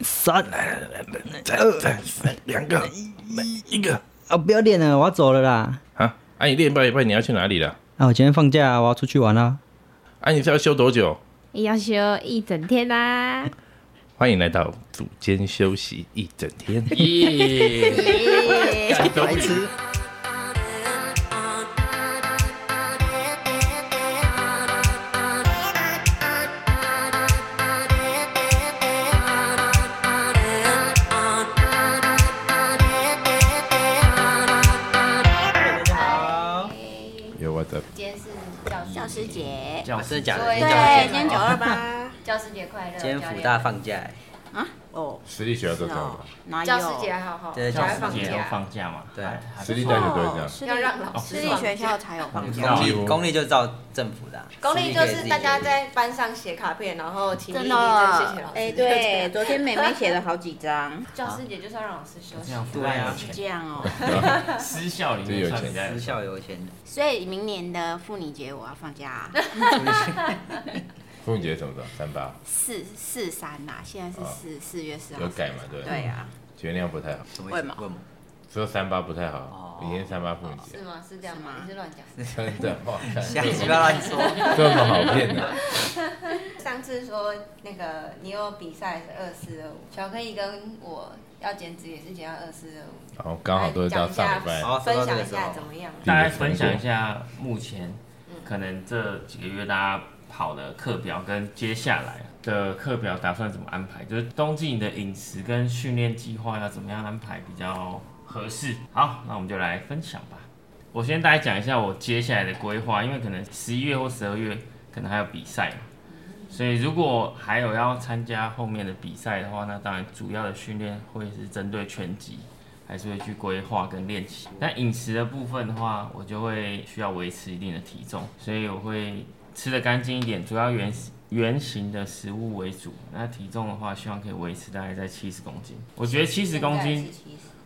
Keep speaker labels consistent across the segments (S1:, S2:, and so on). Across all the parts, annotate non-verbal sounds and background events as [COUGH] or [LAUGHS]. S1: 三，
S2: 再再再两个，一个
S1: 啊，不要练了，我要走了啦。
S2: 啊！啊，你练拜一拜你要去哪里了？
S1: 啊，我今天放假，我要出去玩啦。
S2: 啊，你是要休多久？
S3: 要休一整天啊啦、
S2: 欢迎来到组间休息一整天。
S4: 耶！
S1: 白痴，
S2: 有我的，
S5: 今天是教师
S6: 教师节，
S4: 讲真的假的？真
S5: 对
S4: 的假的
S6: 对，今天九二八，
S5: 教师节快乐，
S4: 今天福
S5: 教
S4: 大
S5: 练
S4: 放假哎，
S6: 哦，
S2: 私立学校都
S6: 是哦，哪有？
S5: 教师节啊好好，
S4: 对
S5: 小孩
S4: 教
S5: 放
S4: 师节
S5: 假，
S7: 放假嘛，
S4: 对
S7: 还
S2: 私立
S6: 哦
S2: 大学都会这样。
S6: 私立哦
S5: 要让老师
S6: 私立
S5: 放
S6: 学校才有放
S7: 知
S6: 假
S7: 道，
S4: 公立公立就照政府的啊，
S5: 公立
S4: 私
S5: 就
S4: 可以自
S5: 是
S4: 己
S5: 大家
S4: 决定
S5: 在班上写卡片，然后请你
S6: 真
S5: 认
S6: 的
S5: 真谢谢老，师。
S6: 哎，
S5: 就这
S6: 对，
S5: 样
S6: 昨天妹妹写了好几
S5: [LAUGHS]
S6: 张，
S5: 教师节就是要让老师休
S7: 这
S5: 息。
S7: 样福
S4: 对
S7: 大
S4: 啊
S7: 有
S6: 是
S7: 钱，
S6: 这样哦。
S7: 私校里面算比较有
S4: 私
S7: 钱。
S4: 校有钱，
S6: 所以明年的妇女节我要放假
S5: [LAUGHS]
S6: 啊，
S2: 妇女节什么时候？三八
S6: 四四三啦，现在是四四月四号
S2: 有。改嘛？对。
S6: 对。呀，
S2: 觉得那样不太好，
S4: 什么
S6: 为
S4: 意思
S6: 毛？
S4: 问我
S2: 说三八不太好
S4: 哦，
S2: 明天三八妇女节
S5: 是。吗？是这样吗
S6: 是？吗
S5: 你是乱
S2: 真
S5: 讲。
S2: 的哇，看
S4: 瞎鸡巴乱
S5: [LAUGHS]
S4: 说，
S2: 这么好骗的，
S5: 上次说那个你有比赛是二四二五，巧克力跟我要减脂也是减到二四二五，
S2: 然后哦刚好都是到上礼拜
S4: 好
S5: 分
S4: 哦说到这
S5: 享
S4: 个
S5: 一
S4: 时候
S5: 下怎么样？
S2: 第
S7: 大
S2: 一
S7: 家
S2: 个成
S7: 分享一
S2: 果。
S7: 下目前可能这几个月大家跑的课表跟接下来的课表打算怎么安排，就是冬季你的饮食跟训练计划要怎么样安排比较合适。好，那我们就来分享吧。我先大概讲一下我接下来的规划，因为可能十一月或十二月可能还有比赛嘛，所以如果还有要参加后面的比赛的话，那当然主要的训练会是针对拳击，还是会去规划跟练习。但饮食的部分的话，我就会需要维持一定的体重，所以我会吃的干净一点，主要原原型的食物为主。那体重的话，希望可以维持大概在七十公斤。我觉得七十公斤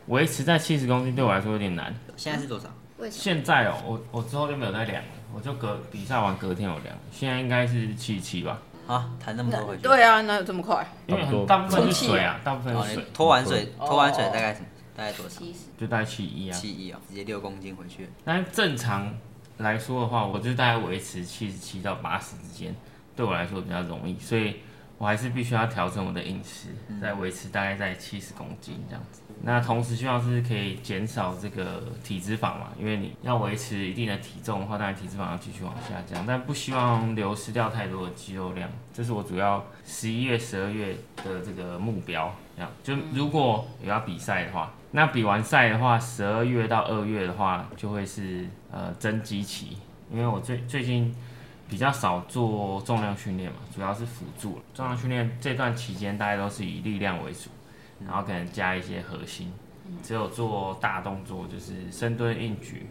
S7: 维持在七十公斤对我来说有点难。
S4: 现在是多少？
S7: 现在哦、我我之后就没有再量了，我就隔比赛完隔天有量，现在应该是七七吧，
S4: 啊，谈那么多回去。
S6: 对啊，哪有这么快？
S7: 因为
S2: 差不多
S7: 很大部分是水啊，大部分
S4: 哦，
S7: 是
S4: 你
S7: 水，
S4: 拖完水，拖完水大概什么？大概多少？
S6: 七十，
S7: 就大概七一啊。
S4: 七亿哦，直接六公斤回去。
S7: 但正常来说的话，我就大概维持七十七到八十之间，对我来说比较容易，所以我还是必须要调整我的饮食，再维持大概在七十公斤这样子。那同时希望是可以减少这个体脂肪嘛，因为你要维持一定的体重的话，当然体脂肪要继续往下降，但不希望流失掉太多的肌肉量，这是我主要十一月、十二月的这个目标。这样，就如果有要比赛的话，那比完赛的话，十二月到二月的话，就会是呃增肌期，因为我最最近比较少做重量训练嘛，主要是辅助了。重量训练这段期间，大概都是以力量为主，然后可能加一些核心，只有做大动作，就是深蹲、硬举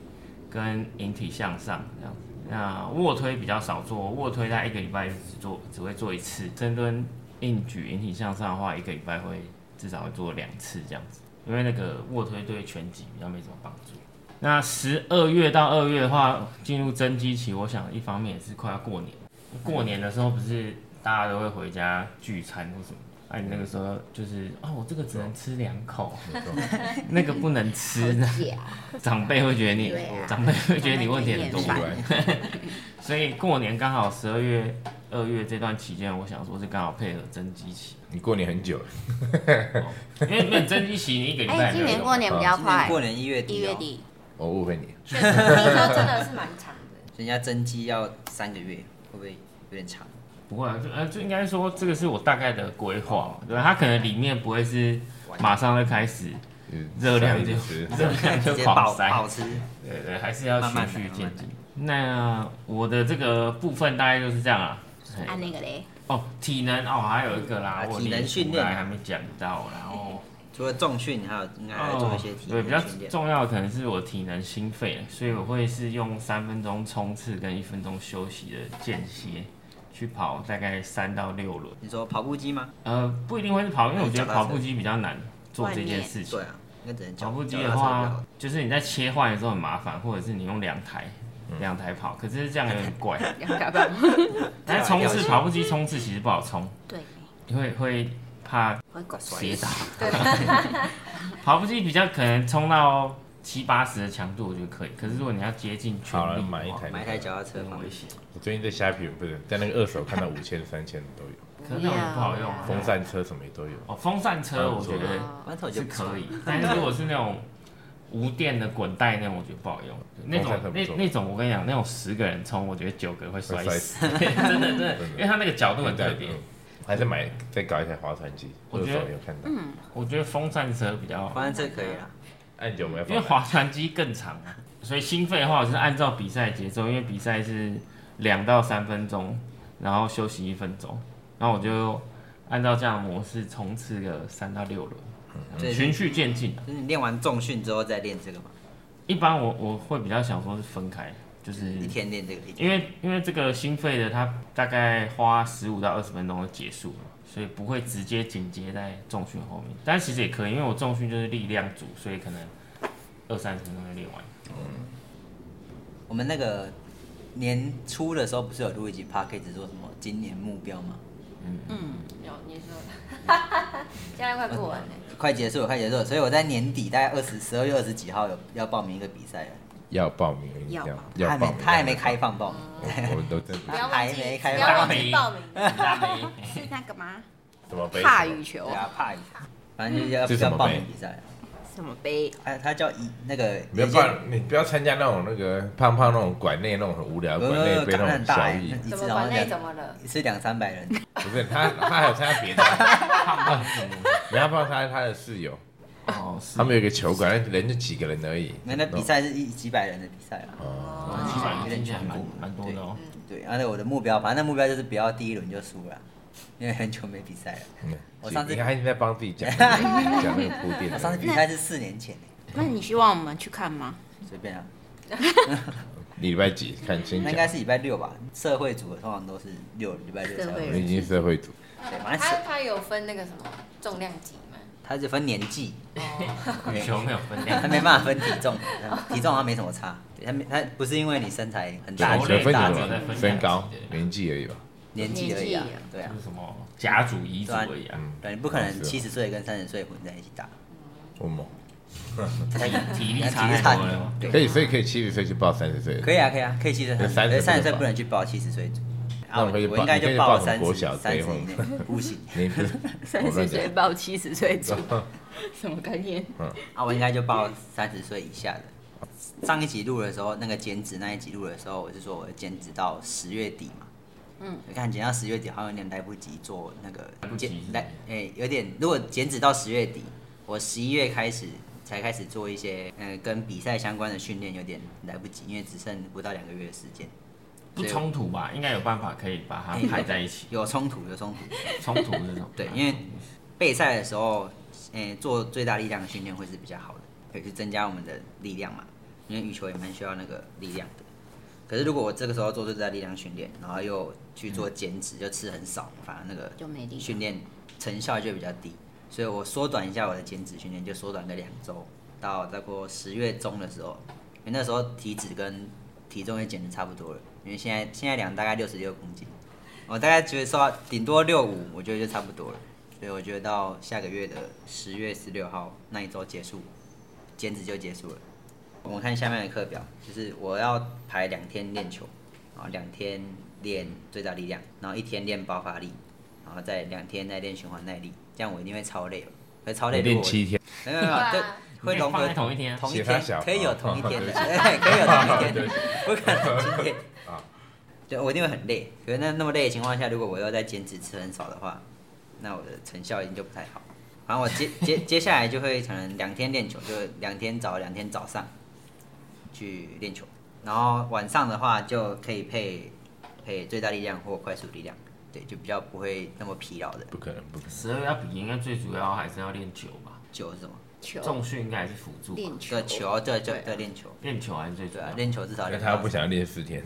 S7: 跟引体向上这样子。那卧推比较少做，卧推在一个礼拜就只做只会做一次，深蹲、硬举、引体向上的话，一个礼拜会至少会做两次这样子，因为那个卧推对拳击比较没什么帮助。那十二月到二月的话，进入增肌期，我想一方面也是快要过年，过年的时候不是大家都会回家聚餐或什么。哎、你那个时候就是哦，我这个只能吃两口，那个不能吃，
S6: [LAUGHS]
S7: 那长辈会觉得你，
S6: 对啊
S7: 长辈会觉得你问题很多
S6: 长辈会厌烦。
S7: 所以过年刚好十二月、二月这段期间，我想说是刚好配合增肌期，
S2: 你过年很久了，
S7: 因为没有增肌期，你一个礼拜
S6: 哎，
S7: 也
S6: 今
S7: 没有
S6: 年
S7: 用
S6: 过年比较
S4: 今年
S6: 快，
S4: 过年一月底，哦
S6: 一月，底，
S2: 我误会你。
S5: 确实，听说真的是蛮长的。
S4: 人家增肌要三个月，会不会有点
S7: [LAUGHS]
S4: 长？
S7: 不会啊，就呃，就应该说这个是我大概的规划嘛，对吧？它可能里面不会是马上就开始
S2: 嗯
S7: 热量就
S2: 上一次
S7: 热量就
S4: 直接
S7: 狂
S4: 爆
S7: 塞，
S4: 爆吃，
S7: 对对，还是要
S4: 慢
S7: 循
S4: 慢
S7: 序
S4: 来
S7: 渐进。那我的这个部分大概就是这样啊。嘿
S6: 按那个
S5: [LAUGHS]
S6: 嘞，
S7: 哦，体能哦，还有一个啦
S4: 啊，
S7: 我
S4: 体能
S7: 连出
S4: 训练
S7: 来还没讲到，然
S4: [LAUGHS]
S7: 后
S4: 除了重训，还有应该还要哎做一些体
S7: 哦对，
S4: 能
S7: 比较
S4: 训练。
S7: 重要的可能是我体能心肺，所以我会是用三分钟冲刺跟一分钟休息的间歇去跑大概三到六轮。
S4: 你说跑步机吗？
S7: 呃，不一定会是跑，因
S4: 哎
S7: 为我觉得跑步机比较难做这件事情
S4: 对。啊，应该只能
S7: 跑
S4: 脚
S7: 步机
S4: 脚
S7: 的
S4: 踏车比较
S7: 话
S4: 好，
S7: 就是你在切换的时候很麻烦，或者是你用两台
S4: 嗯
S7: 两台跑，可是这样有点
S4: [LAUGHS]
S7: 怪。
S6: [LAUGHS] 两百吧。
S7: 但是冲刺跑步机冲刺其实不好冲，
S6: 对，
S7: 会会怕
S6: 会
S4: [LAUGHS]
S6: 狗
S7: 跌倒。跑步机比较可能冲到七八十的强度，我觉得可以。可是如果你要接近全
S2: 好了，
S7: 力，
S2: 买一台。
S4: 买一台脚踏车吧
S7: 很危。险。
S2: 我最近在虾皮不是在那个二手看到五千、三千的都有，
S7: 可是那种也不好用啊。
S2: 风扇车什么也都有。
S7: 哦，风扇车我觉得
S5: 哦
S4: 馒头就是不错
S7: 可以，但是如果是那种无电的滚带那种，我觉得不好用。那种
S2: 风扇很不
S7: 那
S2: 错
S7: 那种我跟你讲，那种十个人冲，我觉得九个会摔
S2: 会摔 [LAUGHS]
S7: 死，真的真的，因为它那个角度很特别。
S2: 嗯还是买再搞一台划船机，
S7: 我
S2: 二
S7: 觉得
S2: 手有看到。
S7: 我觉得风扇车比较好，
S4: 反正这可以啦。
S2: 按久我们要
S7: 因为
S2: 放哪。
S7: 划船机更长啊，所以心肺的话，我是按照比赛节奏，因为比赛是两到三分钟，然后休息一分钟，然后我就按照这样的模式冲刺个三到六轮，
S4: 对
S7: 循序渐进。啊
S4: 就是你练完重训之后再练这个嘛，
S7: 一般我我会比较想说是分开，就是
S4: 一天练这个，一天
S7: 因为因为这个心肺的它大概花十五到二十分钟就结束了，所以不会直接紧接在重训后面。但其实也可以，因为我重训就是力量组，所以可能二三十分钟就练完。
S4: 我们那个年初的时候不是有录一集 p o c k e t 说什么今年目标吗？
S5: 有你说，现在快过完了，
S4: 快结束了，快结束了，所以我在年底大概二十十二月二十几号有要报名一个比赛了，
S2: 要报名，一定要
S6: 要报
S4: 他
S2: 要
S4: 还
S2: 报
S4: 没
S2: 名。
S4: 他还没开放报名，
S2: 我，我们都真
S5: 不要忘
S4: 还没
S5: 记，
S4: 开
S5: 不
S4: 放
S5: 要忘记
S4: [LAUGHS]
S5: 报名。 [LAUGHS]
S7: 大杯
S6: 是那个吗？
S2: 怎么背？
S6: 怕羽球
S4: 对啊，怕一下，反正就是要
S2: 这是什
S4: 要
S2: 么
S4: 报
S2: 杯
S4: 名比赛。
S6: 什么杯？
S4: 哎，他叫一那个
S2: 没有
S4: 一
S2: 不
S4: 件
S2: 然你不要参加那种那个胖胖那种馆内那种很无聊的
S4: 没有
S2: 馆
S4: 没有没
S2: 内
S4: 有
S2: 杯
S4: 搞得
S2: 那
S4: 很
S2: 种
S4: 大
S2: 小
S4: 哎
S2: 艺，
S4: 那一
S5: 怎
S4: 次
S5: 么
S4: 好
S5: 管
S4: 像
S5: 内
S4: 两
S5: 怎么了？
S4: 一次两三百人，
S2: 不是他他还有参加别的，
S7: 胖胖子
S2: 你要放他他的室友，
S7: 哦，是
S2: 他们有一个球馆，人就几个人而已。
S4: 没那比赛是一几百人的比赛啦。
S2: 哦，
S7: 哇七百
S4: 有
S7: 听
S4: 点
S7: 起来
S4: 全
S7: 蛮
S4: 部
S7: 蛮多的哦。
S4: 对，按照我的目标，反正那目标就是不要第一轮就输了，因为很久没比赛了。
S2: 嗯
S4: 我上次
S2: 你看他在帮
S4: [LAUGHS]
S2: 自己讲那个讲那个铺垫
S4: 我上次比
S2: 的，
S4: 赛是四年前，
S6: 那你希望我们去看吗？
S4: 随便啊，
S2: 礼拜几看先
S4: 那应
S2: 讲
S4: 该，是礼拜六吧。社会组的通常都是六礼拜六才
S6: 社会
S2: 我
S4: 会，
S6: 人
S2: 们已经社会组，
S4: 对，反正
S5: 他
S4: 是
S5: 他有分那个什么重量级
S4: [LAUGHS]
S5: 吗？
S4: 他是分年纪，
S5: 哦
S7: 羽球没有分量
S4: 他， [LAUGHS] 没办法分体重，体重好像没什么差。对他没他不是因为你身材很大
S2: 对，
S7: 球
S2: 所以
S7: 类
S2: 分啊
S7: 大
S2: 什
S7: 者在
S2: 么？
S7: 分
S2: 身高
S7: 量级、的
S2: 年纪而已吧。
S4: 年纪而已啊
S6: 年纪啊，
S4: 对啊
S7: 就，是什么甲组、乙组而已啊。
S2: 嗯，
S4: 对，你不可能
S2: 是
S4: 七十岁跟三十岁混在一起打，
S2: 我猛，
S7: 体体力
S4: 啊体
S7: 差
S4: 力
S7: 太多了吗
S4: 差？对
S2: 可以，所以可以七十岁去报三十岁的，
S4: 可以啊，可以啊，可以七十岁，
S2: 30
S4: 可是三十岁
S2: 不能报
S4: 不能去报七十岁组。
S2: 那我可以
S4: 我
S2: 报
S4: 应该
S2: 你可
S4: 就
S2: 以
S4: 报
S2: 报什么
S4: 三
S2: 国
S4: 十
S2: 小之
S4: 三
S2: 类
S4: 十以内
S2: 或，
S4: 不行
S2: 你
S4: [LAUGHS]
S2: 不是我
S6: 三
S2: 乱
S6: 十
S2: 讲
S6: 岁报七十
S2: [LAUGHS]
S6: 岁组，什么概念？
S4: 啊，我应该就报三十岁以下的。上一集录的时候，那个减脂那一集录的时候，我是说我要减脂到十月底嘛。嗯，你看减到十月底好像有点来不及做那个
S7: 来不及
S4: 减
S7: 是不是
S4: 来，哎、有点如果减脂到十月底，我十一月开始才开始做一些呃跟比赛相关的训练，有点来不及，因为只剩不到两个月的时间。
S7: 不冲突吧？应该有办法可以把它排在一起。
S4: 有冲突，有冲突。
S7: 冲突这种，
S4: 对，因为备赛的时候，诶、做最大力量的训练会是比较好的，可以去增加我们的力量嘛。因为羽球也蛮需要那个力量的。可是如果我这个时候做最大力量训练，然后又去做减脂，就吃很少，反而那个
S6: 就没力
S4: 训练成效就比较低。所以我缩短一下我的减脂训练，就缩短个两周，到大概十月中的时候，因为那时候体脂跟体重也减的差不多了。因为现在现在量大概六十六公斤，我大概觉得说顶多六五，我觉得就差不多了。所以我觉得到下个月的十月十六号那一周结束，减脂就结束了。我们看下面的课表，就是我要排两天练球，然后两天练最大力量，然后一天练爆发力，然后再两天再练循环耐力，这样我一定会超累了。会超累
S2: 你
S4: 如果我，
S2: 练七天，
S4: 没有没有，没有
S5: 对
S4: 这
S5: 啊
S4: 会融
S7: 放
S4: 合
S7: 在同一天啊
S4: 同一
S2: 写他
S4: 天
S2: 小啊
S4: 可以有同一天的，对， [LAUGHS] 可以有同一天
S2: 对
S4: 的
S2: 不，起
S4: 不可能今天
S2: 啊。
S4: 对，我一定会很累。可是那那么累的情况下，如果我要再减脂吃很少的话，那我的成效一定就不太好。反正我接接接下来就会可能两天练球，就两天早两天早上去练球，然后晚上的话就可以配配最大力量或快速力量，对，就比较不会那么疲劳的。
S2: 不可能，不可能。
S7: 十二月要比，应该最主要还是要练球吧？
S4: 球是什么？
S6: 球
S7: 重训应该还是辅助吧，
S6: 练球
S4: 对，球，对对对，
S6: 对啊
S4: 练球，
S7: 练球还是最主
S4: 对
S7: 要
S4: 啊，，练球至少
S2: 那
S4: 练。
S2: 他不想练四天， [LAUGHS]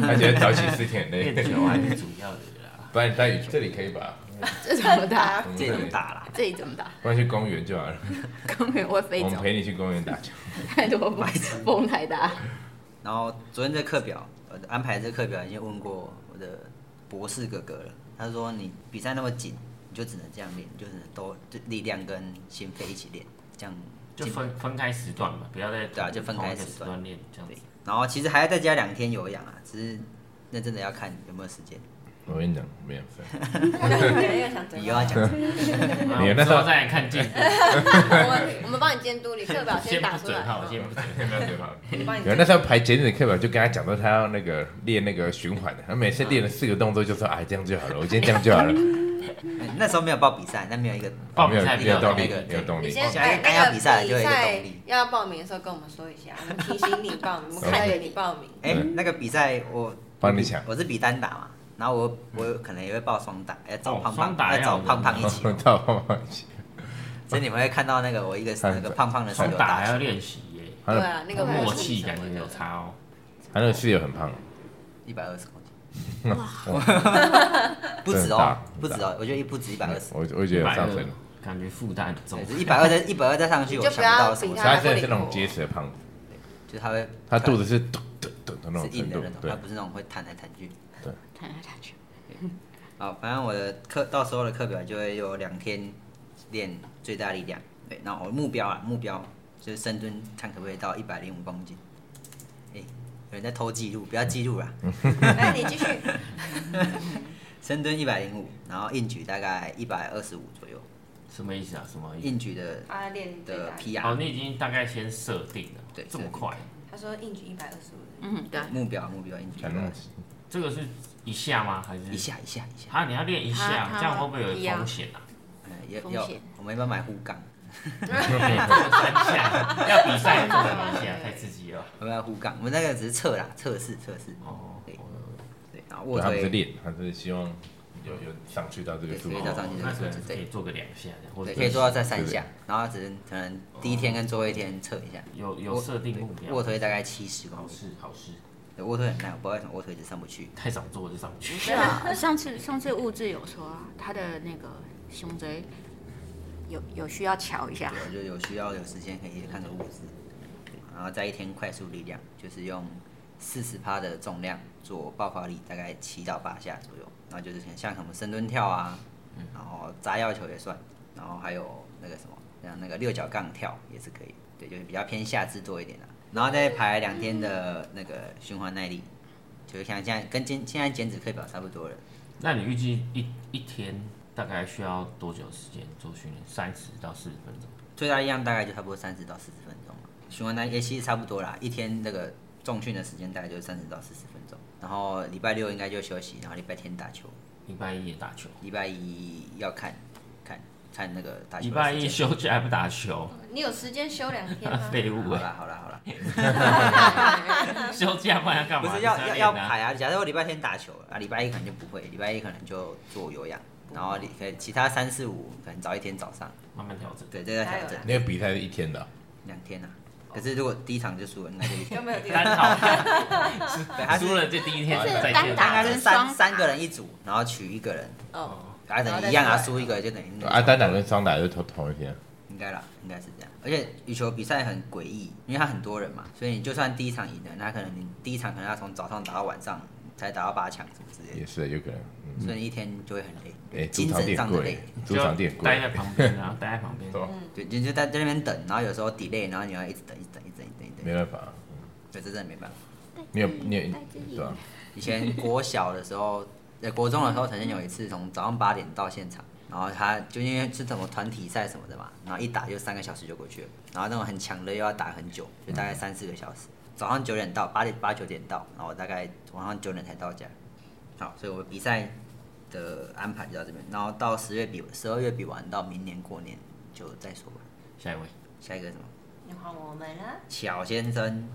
S2: 他觉得早起四天很
S4: [LAUGHS]
S7: 练
S2: 累。
S7: 球还是主要的啦。
S2: 不然你带羽球，这里可以吧？
S6: 这怎么打？
S2: 我们
S4: 这
S2: 这
S4: 也能
S2: 里，
S4: 打啦。
S6: 这里怎么打？
S2: 不然去公园就好了。
S6: 根本会飞
S2: 我们
S6: 走，
S2: 陪你去公园打球。
S6: 太多
S2: [LAUGHS]
S6: 风太大。
S4: 然后昨天这课表，我安排这课表已经问过我的博士哥哥了，他说你比赛那么紧，你就只能这样练，你就只能都就力量跟心肺一起练，这样
S7: 就
S4: 进步
S7: 分分开时段嘛，不要再
S4: 对啊就分开
S7: 同一个
S4: 时
S7: 时
S4: 段
S7: 段练这样子
S4: 对。，然后其实还要再加两天有氧啊，只是那真的要看有没有时间。
S2: 我跟你讲，免
S4: [LAUGHS]
S2: 费。
S4: 你又
S5: 又想怎么
S4: 要
S5: 样？
S4: 讲，
S7: 然
S2: 你那
S7: 后之
S2: 时候
S7: 后再来看进度，
S4: [LAUGHS]
S5: 我们我们帮你监督，你课表
S7: 先
S5: 打
S7: 不
S5: 出来
S7: 准，号，先
S4: 哦
S7: 不准号。
S5: 我们帮你
S2: 有
S5: 监
S2: 那
S5: 督。
S2: 时候排节日的课表，就跟他讲说他要那个练那个循环的，他每次练了四个动作就说哎这样就好了，我今天这样就好
S4: 嗯
S2: 了，
S4: 那时候没有报比赛，那没有一
S7: [LAUGHS]
S4: 个
S7: 报
S2: 没
S7: 名
S2: 有
S7: 赛
S2: 没
S7: 比
S2: 有
S7: 较
S2: 动
S7: 有
S2: 力
S7: 那
S4: 个，
S2: 没有动
S5: 你
S2: 力。哦
S5: 先
S4: 想要
S5: 哎，
S4: 刚要
S5: 那
S4: 比
S5: 个
S4: 赛就有一
S5: 比
S4: 个
S5: 赛
S4: 动力
S5: 要报名的时候跟我们说一下，我们提醒你报 [LAUGHS] 名，我们看着你报名。
S4: 哎、那个比赛我
S2: 帮你抢
S4: 我是比单打嘛，然后我我可能也会报双打，要找
S7: 哦
S4: 胖
S7: 双
S4: 胖，
S7: 打
S4: 要找
S7: 要有
S4: 胖胖一
S7: [LAUGHS]
S4: 起，
S2: [LAUGHS] 到后面去
S4: 所以你们会看到那个我一个
S2: 看
S4: 那个胖胖的室
S7: 双
S4: 友
S7: 打还要
S4: 打
S7: 练习耶，
S2: 他
S5: 对
S2: 的
S5: 啊，那个
S7: 默契感觉有差哦。
S2: 他那个室友很胖，
S4: 一百二十公斤，
S2: 嗯我
S4: [LAUGHS] 不
S2: 真
S4: 止
S2: 的
S4: 哦
S2: 大，
S4: 不止哦，我觉得一不止一百二十，
S2: 我我觉得有上升，
S7: 120感觉负担很重
S4: 对，，一百二再一百二
S5: [LAUGHS]
S4: 再上去，
S5: 你
S4: 我
S5: 就
S4: 想
S5: 不
S4: 不
S5: 要
S4: 到什么
S5: 比
S4: 时
S2: 所
S4: 候，
S2: 以他真的是那种结实的胖子，
S4: 就是他会
S2: 他肚子是咚咚咚的那
S4: 是
S2: 种
S4: 硬的
S2: 程度
S4: 那种，，
S2: 对
S4: 他，不是那种会弹来弹去。
S6: 弹来弹去，
S4: 好，反正我的课到时候的课表就会有两天练最大力量，对，然后我目标啊目标就是深蹲，看可不可以到一百零五公斤。哎、有人在偷记录，不要记录啦，
S5: [LAUGHS] 来，哎你继续。
S4: 深蹲一百零五，然后硬举大概一百二十五左右，
S7: 什么意思啊？什么意思？
S4: 硬举的
S5: 他啊练最
S4: 的
S6: 啊
S5: 大。
S7: 哦，
S4: PR
S7: 你已经大概先设定了，
S4: 对
S7: 这么
S4: 设定
S7: 快，
S5: 他说硬举一百二十五，
S6: 嗯，对，
S4: 目标目标硬举
S2: 想弄
S7: 这个是一下吗？还是
S4: 一？下一下一下，
S7: 啊，你要练一下
S6: 他，他
S7: 这样会不会
S6: 一
S7: 有
S6: 样
S7: 风险啊？
S4: 嗯，要
S6: 风
S4: 要
S6: 险
S4: 我们一般买护杠，
S7: 对三下要比赛不能一下，太刺激了。
S4: 我们要护杠，我们那个只是测啦，测试测试，
S7: 哦，
S4: 对对，然后
S2: 对
S4: 卧
S2: 他不是
S4: 推。
S2: 练，他是希望有有上去到这个
S4: 对
S2: 数字
S4: 可以。到上去
S7: 那可能可以做个两下，或者
S4: 对，可以做啊到在三下，然后只能可能第一天跟最后一天测一下。
S7: 有哦有设定目标。
S4: 卧推大概七十公
S7: 好
S4: 斤，
S7: 事好事，
S4: 对，卧推很烂，我不知道为什么卧推一直上不去。
S7: 太少做就上不去。
S6: 是啊， [LAUGHS] 上次上次物质有说啊，他的那个胸椎有有需要瞧一下
S4: 对，，我就有需要有时间可以看个物资，然后再一天快速力量，就是用四十趴的重量做爆发力，大概七到八下左右。然后就是像什么深蹲跳啊，然后砸药球也算，然后还有那个什么，像那个六角杠跳也是可以。对，就是比较偏下肢多一点的、然后再排两天的那个循环耐力，就是像现在跟减现在减脂课表差不多了。
S7: 那你预计一一天大概需要多久时间做训练？三十到四十分钟。
S4: 最大力量大概就差不多三十到四十分钟嘛，循环单也其实差不多啦，一天那个重训的时间大概就是三十到四十分钟，然后礼拜六应该就休息，然后礼拜天打球，
S7: 礼拜一也打球，
S4: 礼拜一要看看看那个打球的时
S7: 礼
S4: 间。
S7: 拜一休假还不打球，？
S5: 你有时间休两天吗
S7: [LAUGHS] 废物
S4: 好
S7: 啊！
S4: 啦好啦好
S7: [LAUGHS]
S4: 啦，
S7: 休假不然要干
S4: 不
S7: 嘛？
S4: 是要
S7: 你
S4: 要
S7: 在
S4: 要
S7: 练啊
S4: 排啊！假设我礼拜天打球啊，礼拜一可能就不会，礼拜一可能就做有氧，然后你可以其他三四五可能早一天早上，
S7: 慢慢调整。
S4: 对，这个
S5: 加
S4: 调
S5: 油
S4: 整
S5: 啦
S2: 那个比赛是一天的哦，
S4: 两天啊。可是如果第一场就输了，应该就一天
S5: 就没有地方。
S7: 单好，
S4: 对，他是
S7: 输了就第一天
S6: 是
S7: 再
S6: 单
S7: 见。
S4: 大
S6: 打
S4: 概是
S6: 双
S4: 三
S6: 打
S4: 三个人一组，然后取一个人，
S5: 哦，
S4: 啊，
S5: 然后
S4: 等于
S5: 再
S4: 一样啊，
S5: 出来
S4: 输一个就等于
S2: 啊单打跟双打就同同一天，
S4: 应该啦，应该是这样。而且羽球比赛很诡异，因为它很多人嘛，所以你就算第一场赢了，那可能你第一场可能要从早上打到晚上才打到八强什么之类
S2: 也
S4: 的，
S2: 是有可能。嗯
S4: 所以你一天就会很累，
S2: 哎，主
S4: 精
S2: 场
S4: 神
S2: 店
S4: 上的累
S2: 贵。，主场店
S7: 就待在
S2: 贵，
S7: 旁边啊，待在旁边。
S2: 对吧
S4: 对，你就在在那边等，然后有时候 delay，然后你要一直等，一直等，一直等，一直等，一直
S2: 没
S4: 等，
S2: 办法，
S4: 对，这真的没办法。
S2: 你有你有对啊吧？
S4: 以前国小的时候，在国中的时候，曾经有一次从早上八点到现场，然后他就因为是什么团体赛什么的嘛，然后一打就三个小时就过去了，然后那种很强的又要打很久，就
S2: 嗯
S4: 大概三四个小时。早上九点到，八点八九点到，然后我大概晚上九点才到家。好，所以我们比赛的安排就到这边，然后到十月比十二月比完，到明年过年就再说吧。
S7: 下一位，
S4: 下一个什么？
S5: 你换我们啊了。
S4: 巧先生，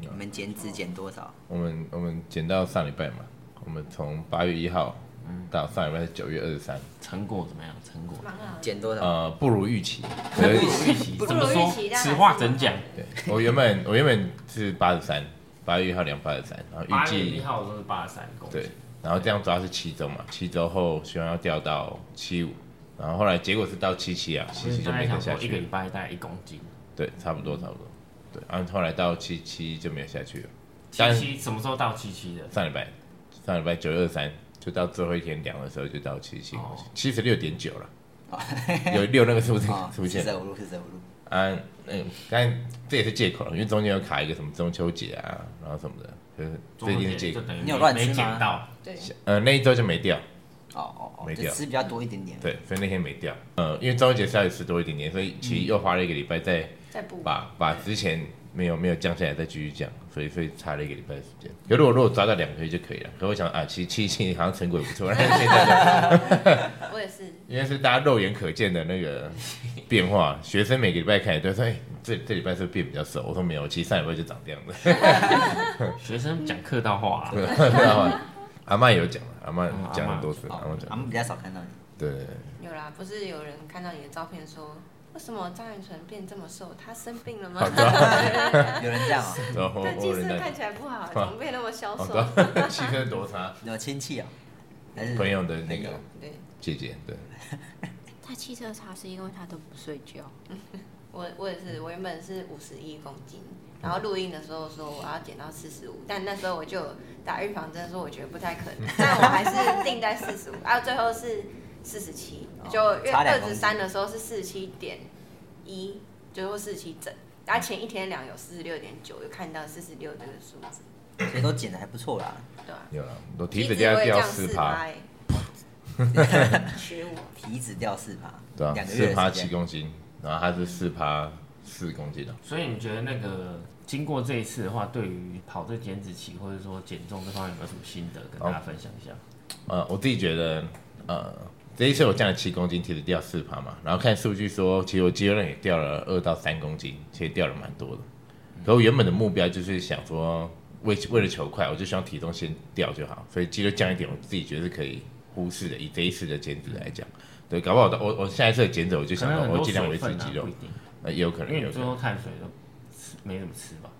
S4: 你们减
S2: 哦
S4: 脂减多少？
S2: 我们我们减到上礼拜嘛，我们从八月一号
S7: 嗯
S2: 到上礼拜九月二十三，
S7: 成果怎么样？成果
S5: 蛮好的。
S4: 减多少？
S2: 呃，不如预期。可是
S7: 啊预期
S5: 不
S7: 怎么
S5: 如
S7: 说
S5: 预期？
S7: 此话怎讲？
S2: 对我原本我原本是八十三，八月一号量八十三，然后预
S7: 八月一
S2: 计
S7: 号我都是八十三公
S2: 对
S7: 斤，，
S2: 然后这样主要是七周嘛，七周后希望要掉到七五，然后后来结果是到七七啊，
S7: 其
S2: 七
S7: 实
S2: 七就
S7: 大
S2: 没
S7: 概
S2: 得
S7: 想
S2: 下
S7: 说一个
S2: 去
S7: 礼
S2: 了，
S7: 拜嗯大概一公斤。
S2: 对，差不多差不多，对，然后后来到七七就没有下去了，
S7: 七
S2: 但
S7: 七什么时候到七七的？
S2: 上礼拜上礼拜九月二十三就到最后一天量的时候就到七七公斤，七十六点九了， [LAUGHS] 有六那个数字
S4: 哦，
S2: 出
S4: 四
S2: 现
S4: 舍五入，四舍五入。
S2: 啊，嗯，但这也是借口了，因为中间有卡一个什么中秋节啊，然后什么的，就是这一定是借
S7: 就
S2: 口。
S7: 等于
S4: 你有乱吃
S7: 没
S4: 吗
S7: 捡到，
S5: 对，
S2: 呃，那一周就没掉，
S4: 哦哦哦，
S2: 没
S4: 就
S2: 掉
S4: 吃比较多一点点。
S2: 对，所以那天没掉。呃，因为中秋节稍微吃多一点点，所以其实又花了一个礼拜再
S5: 再补
S2: 把把之前没有没有降下来再继续降，所以所以差了一个礼拜的时间。可如果如果抓到两个月就可以了。可我想啊，其实七七好像成果也不错，但是现在的
S5: 我也是，
S2: 因为是大家肉眼可见的
S4: [LAUGHS]
S2: 那个变化，学生每个礼拜看也都说，哎、你这这礼拜是不是变比较瘦。我说没有，其实上礼拜就长这样
S4: [LAUGHS]
S2: 子。
S7: 学生讲客套话啊，
S2: 对啊阿嬷也有讲，啊阿嬷
S7: 嗯
S2: 讲
S7: 阿嬷
S2: 很多次，
S4: 哦
S2: 阿嬷
S4: 我
S2: 讲，
S4: 们比较少看到
S2: [LAUGHS]
S4: 你，
S2: 对
S4: [LAUGHS]
S2: 对对。
S5: 有啦，不是有人看到你的照片说，为什么张远纯变这么瘦？他生病了吗？ [LAUGHS]
S4: 有人这样哦，
S2: 然后
S5: 他
S2: 我
S5: 气
S2: 人
S5: 色
S2: 在
S5: 看起来不好，怎么变那么消
S2: 哦
S5: 瘦？
S2: 对，气氛
S4: [LAUGHS]
S2: 多差，
S4: 有亲戚哦，还是
S2: 朋友的那
S4: 朋
S2: 个
S4: 友
S5: 对
S2: 姐姐，对，
S6: 他气色差是因为他都不睡觉，
S5: 我我也是，我原本是五十一公斤，然后录音的时候说我要减到四十五，但那时候我就有打预防针说我觉得不太可
S4: [LAUGHS]
S5: 能，但我还是定在四十五，啊，最后是四十七，就因为
S4: 哦差两
S5: 二
S4: 公
S5: 十
S4: 斤
S5: 三的时候是四十七点一，最后四十七整，然后前一天量有四十六点九，又看到四十六这个数字，
S4: 其实都减的还不错啦。
S5: 对吧、啊？
S2: 有了，我体脂掉
S5: 我也
S2: 掉
S5: 降
S2: 四
S5: 趴
S2: 趴，
S5: 欸，
S2: [LAUGHS]
S5: 学我，
S4: 体脂掉四趴，
S2: 对啊，
S4: 两个
S2: 四
S4: 月
S2: 趴
S4: 的
S2: 七
S4: 时间，
S2: 公斤，然后他是四趴四公斤的，啊
S7: 所以你觉得那个经过这一次的话，对于跑这减脂期或者说减重这方面有没有什么心得跟大家分享一下？
S2: 呃，我自己觉得，呃，这一次我降了七公斤，体脂掉四趴嘛，然后看数据说，其实我肌肉量也掉了二到三公斤，其实掉了蛮多的。可我原本的目标就是想说，为为了求快，我就希望体重先掉就好，所以肌肉降一点，我自己觉得是可以忽视的。以这一次的减脂来讲，对，搞不好我我我下一次的减脂，我就
S7: 可
S2: 想
S7: 能
S2: 说
S7: 很
S2: 我
S7: 多
S2: 尽量
S7: 水
S2: 维持
S7: 分啊，
S2: 肌肉
S7: 不一，定，
S2: 呃，也有可能，也
S7: 因为
S2: 有
S7: 你
S2: 可
S7: 最
S2: 能
S7: 后。碳水都吃没怎么吃吧，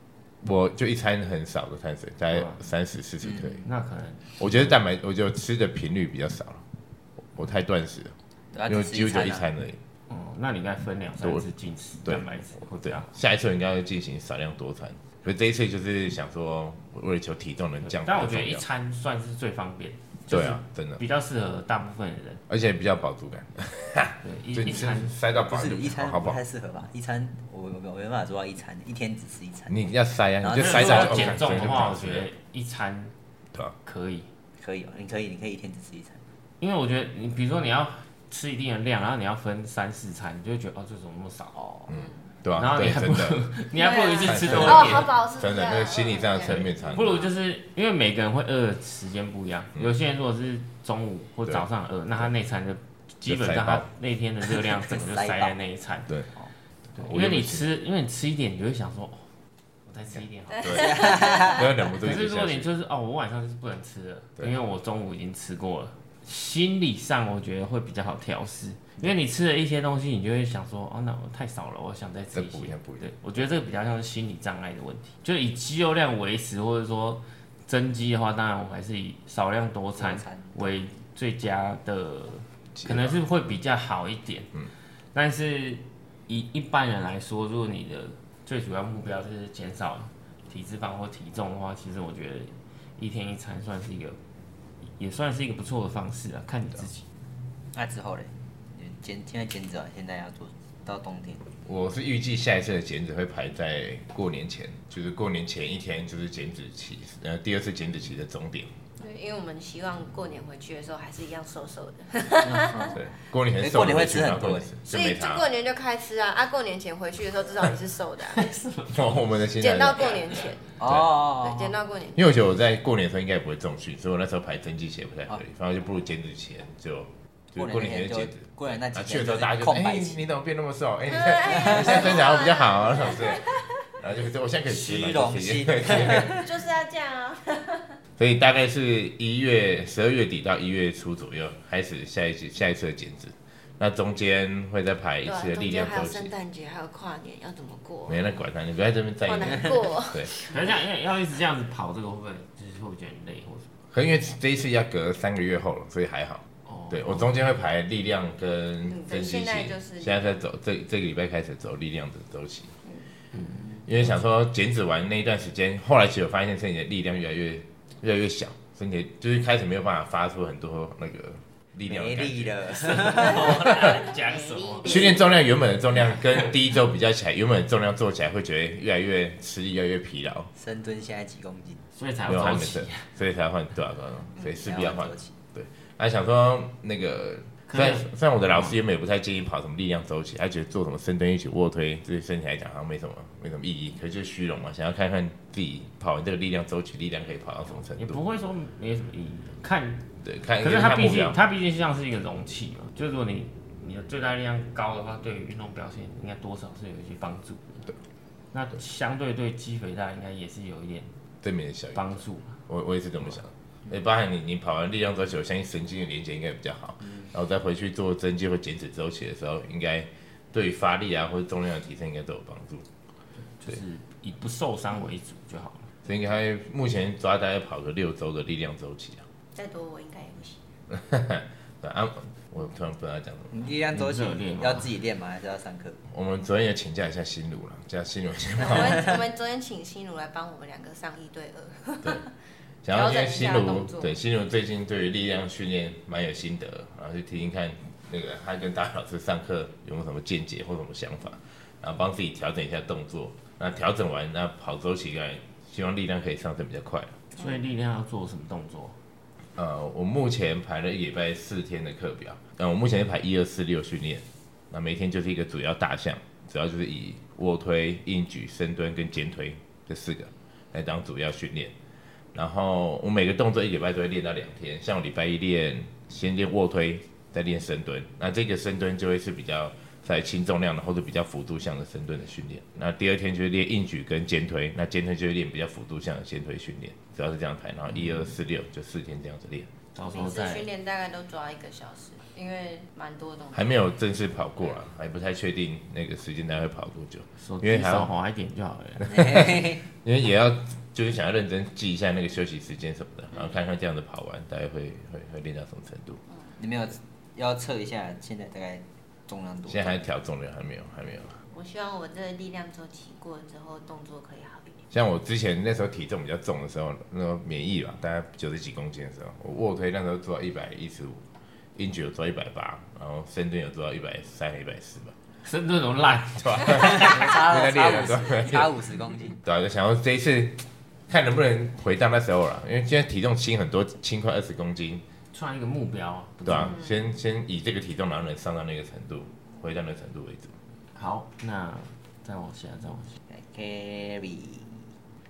S2: 我就一餐很少的碳水，大概
S7: 对啊
S2: 三十四十克而已。
S7: 那可能
S2: 我觉得蛋白，我就吃的频率比较少了，我我太断食了。
S4: 对啊，
S2: 因为
S4: 只吃
S2: 几乎就一
S4: 餐啊。
S2: 餐而已。
S7: 哦，那你应该分两三次进食
S2: 对
S7: 蛋白质或者
S2: 对啊，下一次我应该会进行少量多餐，可是这一次就是想说，为了求体重能降，
S7: 但我觉得
S2: 比
S7: 一
S2: 较重
S7: 餐算是最方便，
S2: 要
S7: 就是
S2: 对啊，真的，
S7: 比较适合大部分的人，
S2: 而且比较饱足感，
S7: 对
S2: 就
S7: 一
S2: 你
S7: 一
S2: 吃
S7: 餐
S2: 塞到
S4: 不
S2: 饱
S4: 是
S2: 就
S4: 一餐
S2: 好
S4: 不
S2: 饱
S4: 太，适合吧？一餐我我我没办法做到一餐，一天只吃一餐
S2: 你要塞啊，
S4: 然后
S2: 你就
S4: 就
S2: 塞
S7: 如果
S2: 到
S7: 要减重的话，我觉得
S2: 得
S7: 一餐
S2: 对啊
S7: 可以，
S4: 可以哦，你可以你可以一天只吃一餐，
S7: 因为我觉得你比如说你要吃一定的量，然后你要分三四餐，你就会觉得哦，这怎么那么少哦？
S2: 对
S7: 然
S2: 啊，
S7: 后你
S2: 对，
S7: 还
S2: 真
S7: 不
S2: 的，
S7: 你还不如一次吃多
S2: 对
S5: 哦，
S7: 一
S5: 好
S7: 点。
S5: 饱
S6: [LAUGHS]
S5: 是不是啊？
S2: 真的，那个心理上的层面差很
S7: 不
S2: 多，
S7: 如就是因为每个人会饿的时间不一样，
S2: 嗯
S7: 有些人如果是中午或早上饿，那他那餐就基本
S2: 就
S7: 上
S2: 塞
S7: 他
S2: 爆
S7: 那天的热量整个就
S4: 塞
S7: 塞
S4: 爆
S7: 在那一餐。
S2: 对
S7: 哦对
S2: 我
S7: 因为
S2: 也
S7: 你
S2: 不行
S7: 吃，因为你吃一点，你就会想说，哦我再吃一点好了。
S2: 对，不要忍不住
S7: 可
S2: 一
S7: 是
S2: 直
S7: 如果
S2: 下
S7: 你
S2: 去，
S7: 就是哦，我晚上是不能吃的，
S2: 对
S7: 因为我中午已经吃过了。心理上我觉得会比较好调试，因为你吃了一些东西，你就会想说，哦，那我太少了，我想再
S2: 再
S7: 吃一些
S2: 补一。下补一下
S7: 对，，我觉得这个比较像是心理障碍的问题，就以肌肉量维持或者说增肌的话，当然我还是以少量多餐
S4: 多餐
S7: 为最佳的，可能是会比较好一点。嗯，但是以一般人来说，如果你的最主要目标就是减少体脂肪或体重的话，其实我觉得一天一餐算是一个，也算是一个不错的方式啊，看你自
S2: 嗯
S7: 己。
S4: 那之后嘞，你减现在减脂完，现在要做到冬天，
S2: 我是预计下一次的减脂会排在过年前，就是过年前一天就是减脂期，呃，第二次减脂期的终点，
S5: 对，因为我们希望过年回去的时候还是一样瘦瘦的，
S2: 对，过年很
S4: 哎
S2: 瘦
S4: 过
S2: 的
S4: 年
S2: 回
S4: 会
S2: 去，
S4: 吃
S2: 然
S4: 很
S2: 后过
S4: 多
S2: 年吃
S5: 所
S2: 就没
S5: 以就
S2: 差。[LAUGHS]
S5: 过年就开吃啊！啊，过年前回去的时候至少你是瘦的、啊，
S2: 我们的心态
S5: 减
S2: 是
S5: 到
S2: 这
S5: 过
S2: 样
S5: 年前，对，
S4: 哦，
S5: 减到
S2: [LAUGHS]
S5: 过年。
S2: 因为我觉得我在过年的时候应该也不会重训，所以我那时候排增肌鞋不太合理，反正就不如减脂前就就
S4: 哦过
S2: 过
S4: 年前
S2: 年前就
S4: 就
S2: 减脂。
S4: 过年那
S2: 啊，
S4: 几
S2: 去
S4: 天
S2: 的时候
S4: 就
S2: 大家
S4: 是
S2: 就说
S4: 空
S2: 哎、
S4: 白期，
S2: 你怎么变那么
S5: [LAUGHS]
S2: 瘦？哎、你看你现在身材好像比较好啊，什么之类的。然后就说我现在可以吃
S4: 虚
S2: 了
S4: 荣
S2: 谢谢
S4: 心
S5: 就是要这样啊！
S2: [LAUGHS] 所以大概是一月十二月底到一月初左右开始下一期下一次的减脂，那中间会再排一
S5: 对啊，
S2: 次的
S5: 中
S2: 力
S5: 间
S2: 量
S5: 还有
S2: 周期
S5: 圣。诞节，还有跨年，要怎么过？
S2: 没人管他，你不要在这边在
S5: 好
S2: 意。
S5: 难 [LAUGHS] 过。
S2: 对，
S7: 可是这样，因为要一直这样子跑，这个会不会就是会觉得很累或者？
S2: 可因为这一次要隔三个月后了，所以还好。
S7: 哦
S2: 对我中间会排力量跟增肌
S5: 现在就
S2: 型，
S5: 嗯是
S2: 现在在走这这个礼拜开始走力量的周期，
S5: 嗯
S2: 因为想说减脂完那一段时间，后来其实我发现自己的力量越来越越来越小，身体就是开始没有办法发出很多那个力量的
S4: 没
S2: 感
S4: 力
S2: 觉。 [LAUGHS]
S4: 了，
S7: 讲什么？
S2: 训练重量原本的重量跟第一周比较起来，原本的重量做起来会觉得越来越吃力，越来越疲劳，
S4: 深蹲现在几公斤？
S7: 所以才
S2: 没有
S7: 要
S2: 换
S7: 早
S2: 没
S7: 起
S2: 事。，所以才换对啊，对啊所以势必要换
S4: 多。起
S2: 啊，想说那个，
S7: 可
S2: 虽
S7: 能
S2: 然虽然我的老师原本也不太建议跑什么力量周期，他觉得做什么深蹲、一起卧推，对身体来讲好像没什么没什么意义，可是就是虚荣嘛，想要看看自己跑完这个力量周期，力量可以跑到什么程
S7: 也不
S2: 度。
S7: 会说没什么意义，啊看，
S2: 对，看，
S7: 可
S2: 就是
S7: 它
S2: 看
S7: 毕
S2: 目标
S7: 竟它毕竟像是一个容器嘛，就如果你你的最大力量高的话，对于运动表现应该多少是有一些帮助的。对，那相对对肌肥大应该也是有一点
S2: 对面的小
S7: 帮助嘛。
S2: 我我也是这么想。哎，包含你，你跑完力量周期，我相信神经的连接应该比较好。
S7: 嗯
S2: 然后再回去做增肌或减脂周期的时候，应该对于发力啊或者重量的提升应该都有帮助。
S7: 就是以不受伤为主就好了。
S2: 所以应该目前抓大概跑个六周的力量周期啊。
S5: 再多我应该也不行。
S2: 对啊，我突然不知道讲什么。
S4: 你力量周期
S7: 你热烈吗
S4: 要自己练吗？还是要上课？
S2: 我们昨天也请教一下心如了，叫心如先
S5: 我
S2: 跑。
S5: 们我们昨天请心如来帮我们两个上一对二，
S2: 对，想要因为心
S5: 调整一
S2: 如
S5: 下动作
S2: 对心如最近对于力量训练蛮有心得，然后就听听看那个他跟大老师上课有没有什么见解或什么想法，然后帮自己调整一下动作。那调整完，那跑周期感，希望力量可以上升比较快。
S6: 嗯
S7: 所以力量要做什么动作？
S2: 呃，我目前排了一礼拜四天的课表，嗯、我目前是排一二四六训练，那每天就是一个主要大项，主要就是以卧推、硬举、深蹲跟肩推这四个来当主要训练。然后我每个动作一礼拜都会练到两天，像我礼拜一练先练卧推，再练深蹲，那这个深蹲就会是比较在轻重量的或者比较辅助项的深蹲的训练。那第二天就是练硬举跟肩推，那肩推就是练比较辅助项的肩推训练，主要是这样排，然后一二四六就四天这样子练，
S7: 到时候
S5: 每次
S7: 再
S5: 训练大概都抓一个小时，因为蛮多东西。
S2: 还没有正式跑过啊，还不太确定那个时间大概会跑多久，
S7: 手
S2: 因为
S7: 机
S2: 还要
S7: 少滑一点就好了。 [LAUGHS]
S2: 因为也要就是想要认真记一下那个休息时间什么的，然后看看这样子跑完大概会会会练到什么程度。
S4: 你没有要测一下现在大概重量多少？
S2: 现在还调重量还没有，还没有。
S5: 我希望我这个力量周期过了之后，动作可以好一点。
S2: 像我之前那时候体重比较重的时候，那时候免疫啊吧，大概九十几公斤的时候，我卧推那时候做到一百一十五，硬举有做到一百八，然后深蹲有做到一百三、一百四吧。
S7: 深蹲怎么烂？
S4: 差了
S2: 在练
S4: 差
S2: 了
S4: 五十，差五十公斤。
S2: 对啊，就想要这一次看能不能回到那时候了，因为现在体重轻很多，轻快二十公斤，
S7: 创一个目标啊。
S2: 对啊，先先以这个体重，然后能上到那个程度，回到那个程度为主。
S7: 好，那再往下，再往下。
S4: Carry，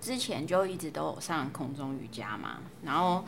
S6: 之前就一直都有上空中瑜伽嘛，然后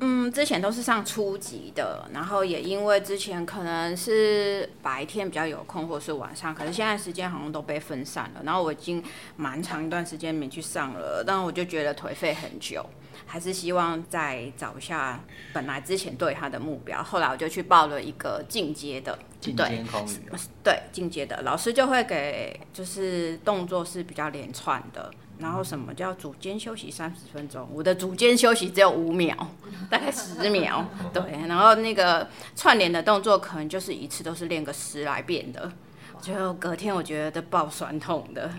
S6: 嗯，之前都是上初级的，然后也因为之前可能是白天比较有空，或是晚上，可是现在时间好像都被分散了，然后我已经蛮长一段时间没去上了，但我就觉得颓废很久。还是希望再找一下本来之前对他的目标，后来我就去报了一个进阶的，
S4: 进
S6: 对，
S4: 天空语哦，
S6: 对进阶的老师就会给，就是动作是比较连串的。然后什么叫组间休息三十分钟？我的组间休息只有五秒， [LAUGHS] 大概十秒。对，然后那个串联的动作可能就是一次都是练个十来遍的，就隔天我觉得爆酸痛的。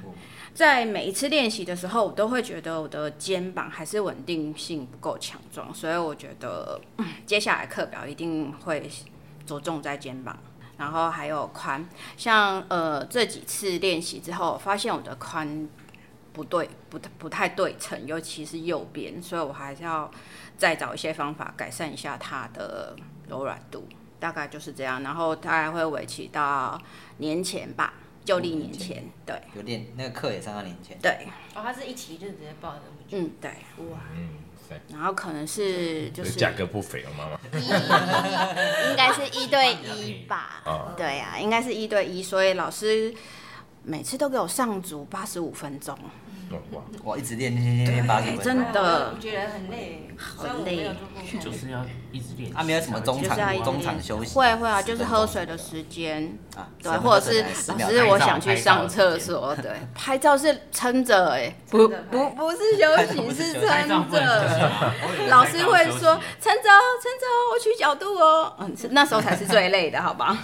S6: 在每一次练习的时候，我都会觉得我的肩膀还是稳定性不够强壮，所以我觉得、嗯接下来课表一定会着重在肩膀，然后还有髋。像呃这几次练习之后，我发现我的髋不对，不太不太对称，尤其是右边，所以我还是要再找一些方法改善一下它的柔软度，大概就是这样。然后大概会维持到年前吧，旧历年前，对
S4: 有练那个课也上到年前，
S6: 对，
S5: 哦，他是一起就直接报这么久，
S6: 嗯对。
S5: 哇！
S2: 嗯，对，
S6: 然后可能是就
S2: 所以
S6: 是
S2: 价格不菲哦，妈妈。
S6: 应该是一对一吧
S2: 啊？
S6: 对呀、应该是一对一，所以老师每次都给我上足八十五分钟，
S2: 哦哇，
S4: 我一直练练练练八十分
S6: 真
S4: 钟，
S6: 的
S5: 我觉得很累，
S6: 好
S5: 虽然我没有做过
S7: 就
S5: 梦
S7: 是要一直练习。
S4: 啊没有什么中
S6: 就是要
S4: 场
S6: 一
S4: 中
S6: 点
S4: 场休息，
S6: 会会啊，就是喝水的时间，
S4: 啊，十
S6: 对，
S4: 分钟
S6: 或者是
S4: 才十
S6: 老
S4: 秒
S6: 师
S7: 拍
S6: 我
S7: 照
S6: 想去
S7: 拍照
S6: 上
S7: 的
S6: 厕
S7: 时间
S6: 所，对，拍照是撑着哎，不
S5: 撑着
S6: 不
S5: 拍
S6: 不是休息是
S7: 拍
S6: 撑
S7: 照不能休息
S6: 着。
S7: 啊我以为
S6: 老师会
S7: 拍照休息
S6: 说撑着哦，撑着哦，我取角度哦，嗯，是那时候才
S7: [LAUGHS]
S6: 是最累的，好吧？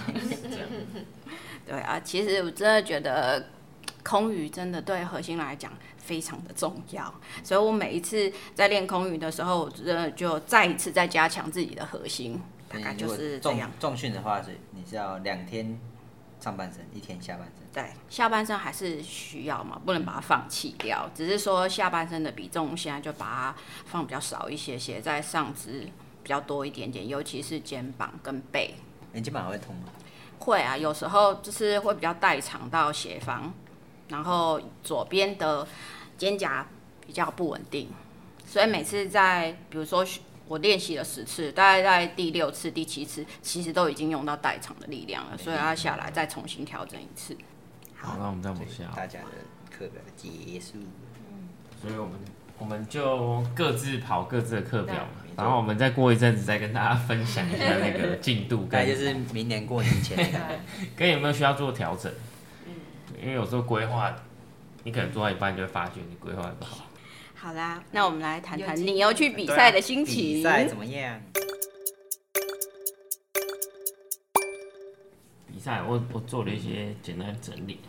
S6: 对啊，其实我真的觉得空余真的对核心来讲非常的重要，所以我每一次在练空余的时候，我真的就再一次再加强自己的核心，大概就
S4: 你如
S6: 是
S4: 果
S6: 这
S4: 重
S6: 样。
S4: 重训的话，是你是要两天上半身，一天下半身。
S6: 对，下半身还是需要嘛，不能把它放弃掉，只是说下半身的比重现在就把它放比较少一些些，在上肢比较多一点点，尤其是肩膀跟背。
S4: 你肩膀还会痛吗？
S6: 会啊，有时候就是会比较代偿到斜方，然后左边的肩胛比较不稳定，所以每次在比如说我练习了十次，大概在第六次、第七次，其实都已经用到代偿的力量了，所以要下来再重新调整一次。
S7: 好，那我们再往
S6: [LAUGHS]
S7: 下。啊
S4: 大家的课表结束了，
S7: 所以我们我们就各自跑各自的课表嘛，然后我们再过一阵子再跟大家分享一下那个进度
S4: 大概
S2: [LAUGHS]
S7: 跟，
S4: 就是明年过年前的感觉。
S7: 跟有没有需要做调整。因为有时候规划，你可能做到一半就会发觉你规划得不好。
S6: 好啦，那我们来谈谈
S5: 有
S6: 你要去比赛的心情。
S4: 比赛怎么样？
S7: 比赛我我做了一些简单的整理，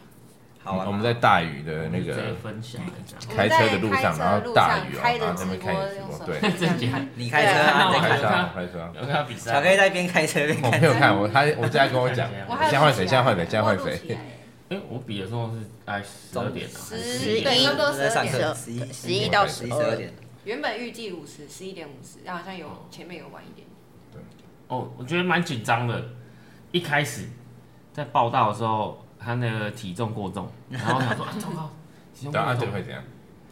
S4: 好啊玩
S2: 我
S4: 吗？
S2: 们在大雨的那
S7: 就直接
S2: 个
S7: 分享一下。
S2: 开车的路上，然后大雨哦，
S5: 开着
S2: 然后在
S5: 直
S2: 那边
S5: 播
S2: 看直
S5: 用
S2: 播，
S5: 手
S2: 对，
S5: 机这 [LAUGHS] 样看，
S4: 你开车啊，
S7: 对
S4: 你在
S2: 开
S7: 啊
S4: 开
S2: 车
S4: 车。
S2: 啊，开车啊。
S7: 有看到比赛
S4: 巧
S7: 吗
S4: 克？力在边开车边
S2: 我
S4: 看
S2: 没有看，我他我现在跟我讲，
S7: 我
S2: 现在换谁？现在
S5: 啊
S2: 换谁？现在换谁？
S7: 哎，我比的时候是哎十二点啊，还是
S5: 十
S7: 11点
S5: 对，差不多
S4: 我在
S5: 十
S4: 上
S5: 二点。
S4: 课，
S6: 点
S4: 十一
S6: 十一到
S4: 十
S6: 十
S4: 一
S6: 二
S4: 二点。
S5: 原本预计五十，十一点五十，但好像有前面有晚一点。
S7: 哦，我觉得蛮紧张的。一开始在报道的时候，他那个体重过重，然后我想说，啊，糟糕，体重
S2: 对
S7: 过
S2: 啊，就
S7: 重，
S2: 会这样。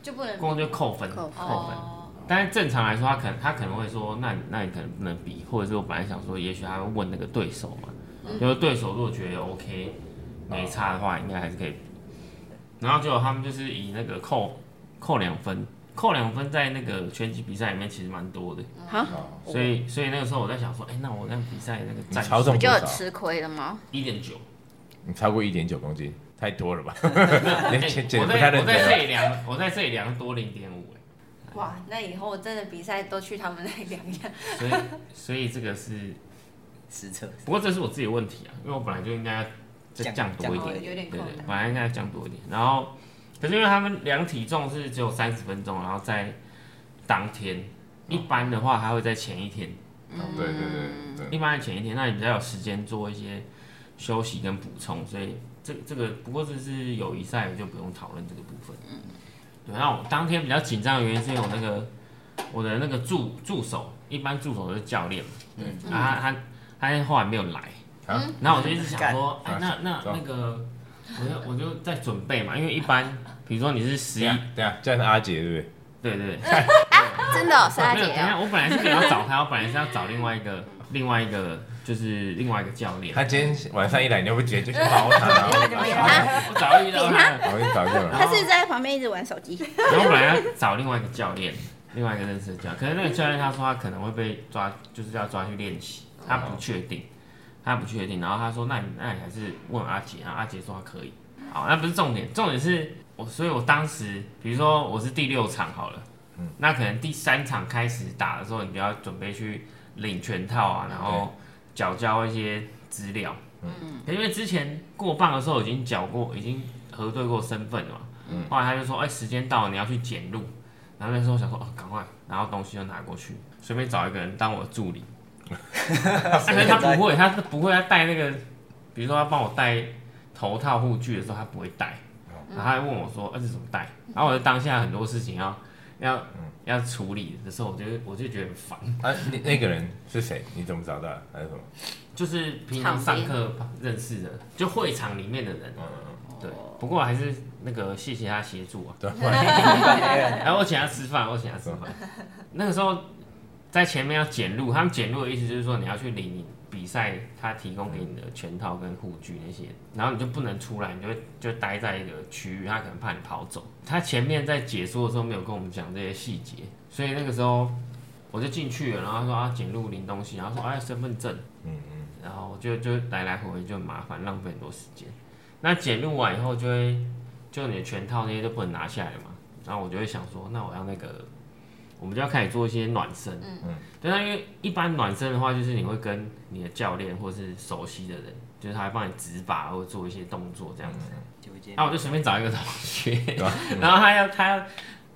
S5: 就不能
S7: 过重就扣分，
S6: 扣分
S7: 扣分。
S5: 哦
S7: 但是正常来说，他可能他可能会说，那你那你可能不能比，或者是我本来想说，也许他会问那个对手嘛，
S2: 嗯
S7: 就是对手如果觉得 OK 没差的话，应该还是可以比。然后结果他们就是以那个扣扣两分，扣两分在那个拳击比赛里面其实蛮多的，
S6: 好，
S2: 哦，
S7: 所以所以那个时候我在想说，哎、那我那比赛那个
S2: 你
S7: 战
S2: 超重
S6: 就
S2: 多
S6: 有
S2: 少？
S6: 吃亏了吗？
S7: 一点九，
S2: 你超过一点九公斤，太多了吧？
S7: 哎
S2: 你减减
S7: 我
S2: 不太
S7: 在
S2: 认
S7: 我在这
S2: 真。啊
S7: 里量，我在这里量多零点五，哎
S5: 哇，那以后真的比赛都去他们那两家。
S7: 所以所以这个是，
S4: 实测，
S7: 不过这是我自己的问题啊，因为我本来就应该再
S4: 降
S7: 降多一
S4: 降多
S7: 点
S4: 一，
S5: 哦有点
S7: 对
S5: 困
S7: 对，
S5: 难。
S7: 本来应该降多一点，然后可是因为他们量体重是只有三十分钟，然后在当天，一般的话还会在前一天，
S2: 对对对对
S7: 一般的前一天，那你比较有时间做一些休息跟补充，所以这这个不过这是友谊赛，我就不用讨论这个部分。对，那我当天比较紧张的原因是因为我那个我的那个助助手，一般助手都是教练嘛，嗯，啊他他他后来没有来，
S2: 对，啊，
S7: 然后我就一直想说，哎
S2: 干、
S7: 那那那个，我就我就在准备嘛，因为一般比如说你是十
S2: 等
S7: 一
S2: 一，下等一下，这样是阿杰对不对？
S7: 对对对，
S6: 真的、哦，是阿
S7: 没
S6: 姐
S7: 有，等一
S6: 哦、
S7: 下，我本来是没有找他，我本来是要找另外一个另外一个就是另外一个教练，
S2: 他今天晚上一来，你要不直接就去跑他啊？
S7: 我找一个，
S2: 我给你搞定了。
S6: 她是在旁边一直玩手机。
S7: 然后我本来要找另外一个教练，另外一个认识的教练，可是那个教练他说他可能会被抓，就是要抓去练习，他不确定，他不确定。然后他说那你那你还是问阿杰，然后阿杰说他可以。好，那不是重点，重点是我，所以我当时比如说我是第六场好了，那可能第三场开始打的时候，你就要准备去领全套啊，然后缴交一些资料。嗯，因为之前过磅的时候已经缴过，已经核对过身份了嘛。后来他就说，哎、时间到了，你要去检录。然后那时候我想说，哦，赶快，然后东西就拿过去，随便找一个人当我助理。因为他不会，他不会，他戴那个，比如说他帮我戴头套护具的时候，他不会戴，然后他还问我说，啊，这怎么戴？然后我就当下很多事情要要要处理的时候，我就我就觉得很烦。
S2: 啊，那那个人是谁？你怎么找到的？还是什么？
S7: 就是平常上课认识的，就会场里面的人。对，不过还是那个谢谢他协助啊。
S6: [LAUGHS]
S2: 对，
S7: 然后哎我请他吃饭，我请他吃饭。那个时候在前面要检录，他们检录的意思就是说你要去领你比赛他提供给你的拳套跟护具那些，然后你就不能出来，你就会就待在一个区域，他可能怕你跑走。他前面在解说的时候没有跟我们讲这些细节，所以那个时候我就进去了，然后他说啊检录领东西，然后说哎、身份证，嗯嗯，然后我就就来来回回就很麻烦，浪费很多时间。那检录完以后就会就你的全套那些都不能拿下来嘛，然后我就会想说，那我要那个，我们就要开始做一些暖身，嗯嗯，对，那因为一般暖身的话，就是你会跟你的教练或是熟悉的人，就是他会帮你指法或做一些动作这样子。
S4: 就会
S7: 那、我就随便找一个同学，
S2: 对
S7: [LAUGHS]
S2: 吧？
S7: 然后他要他要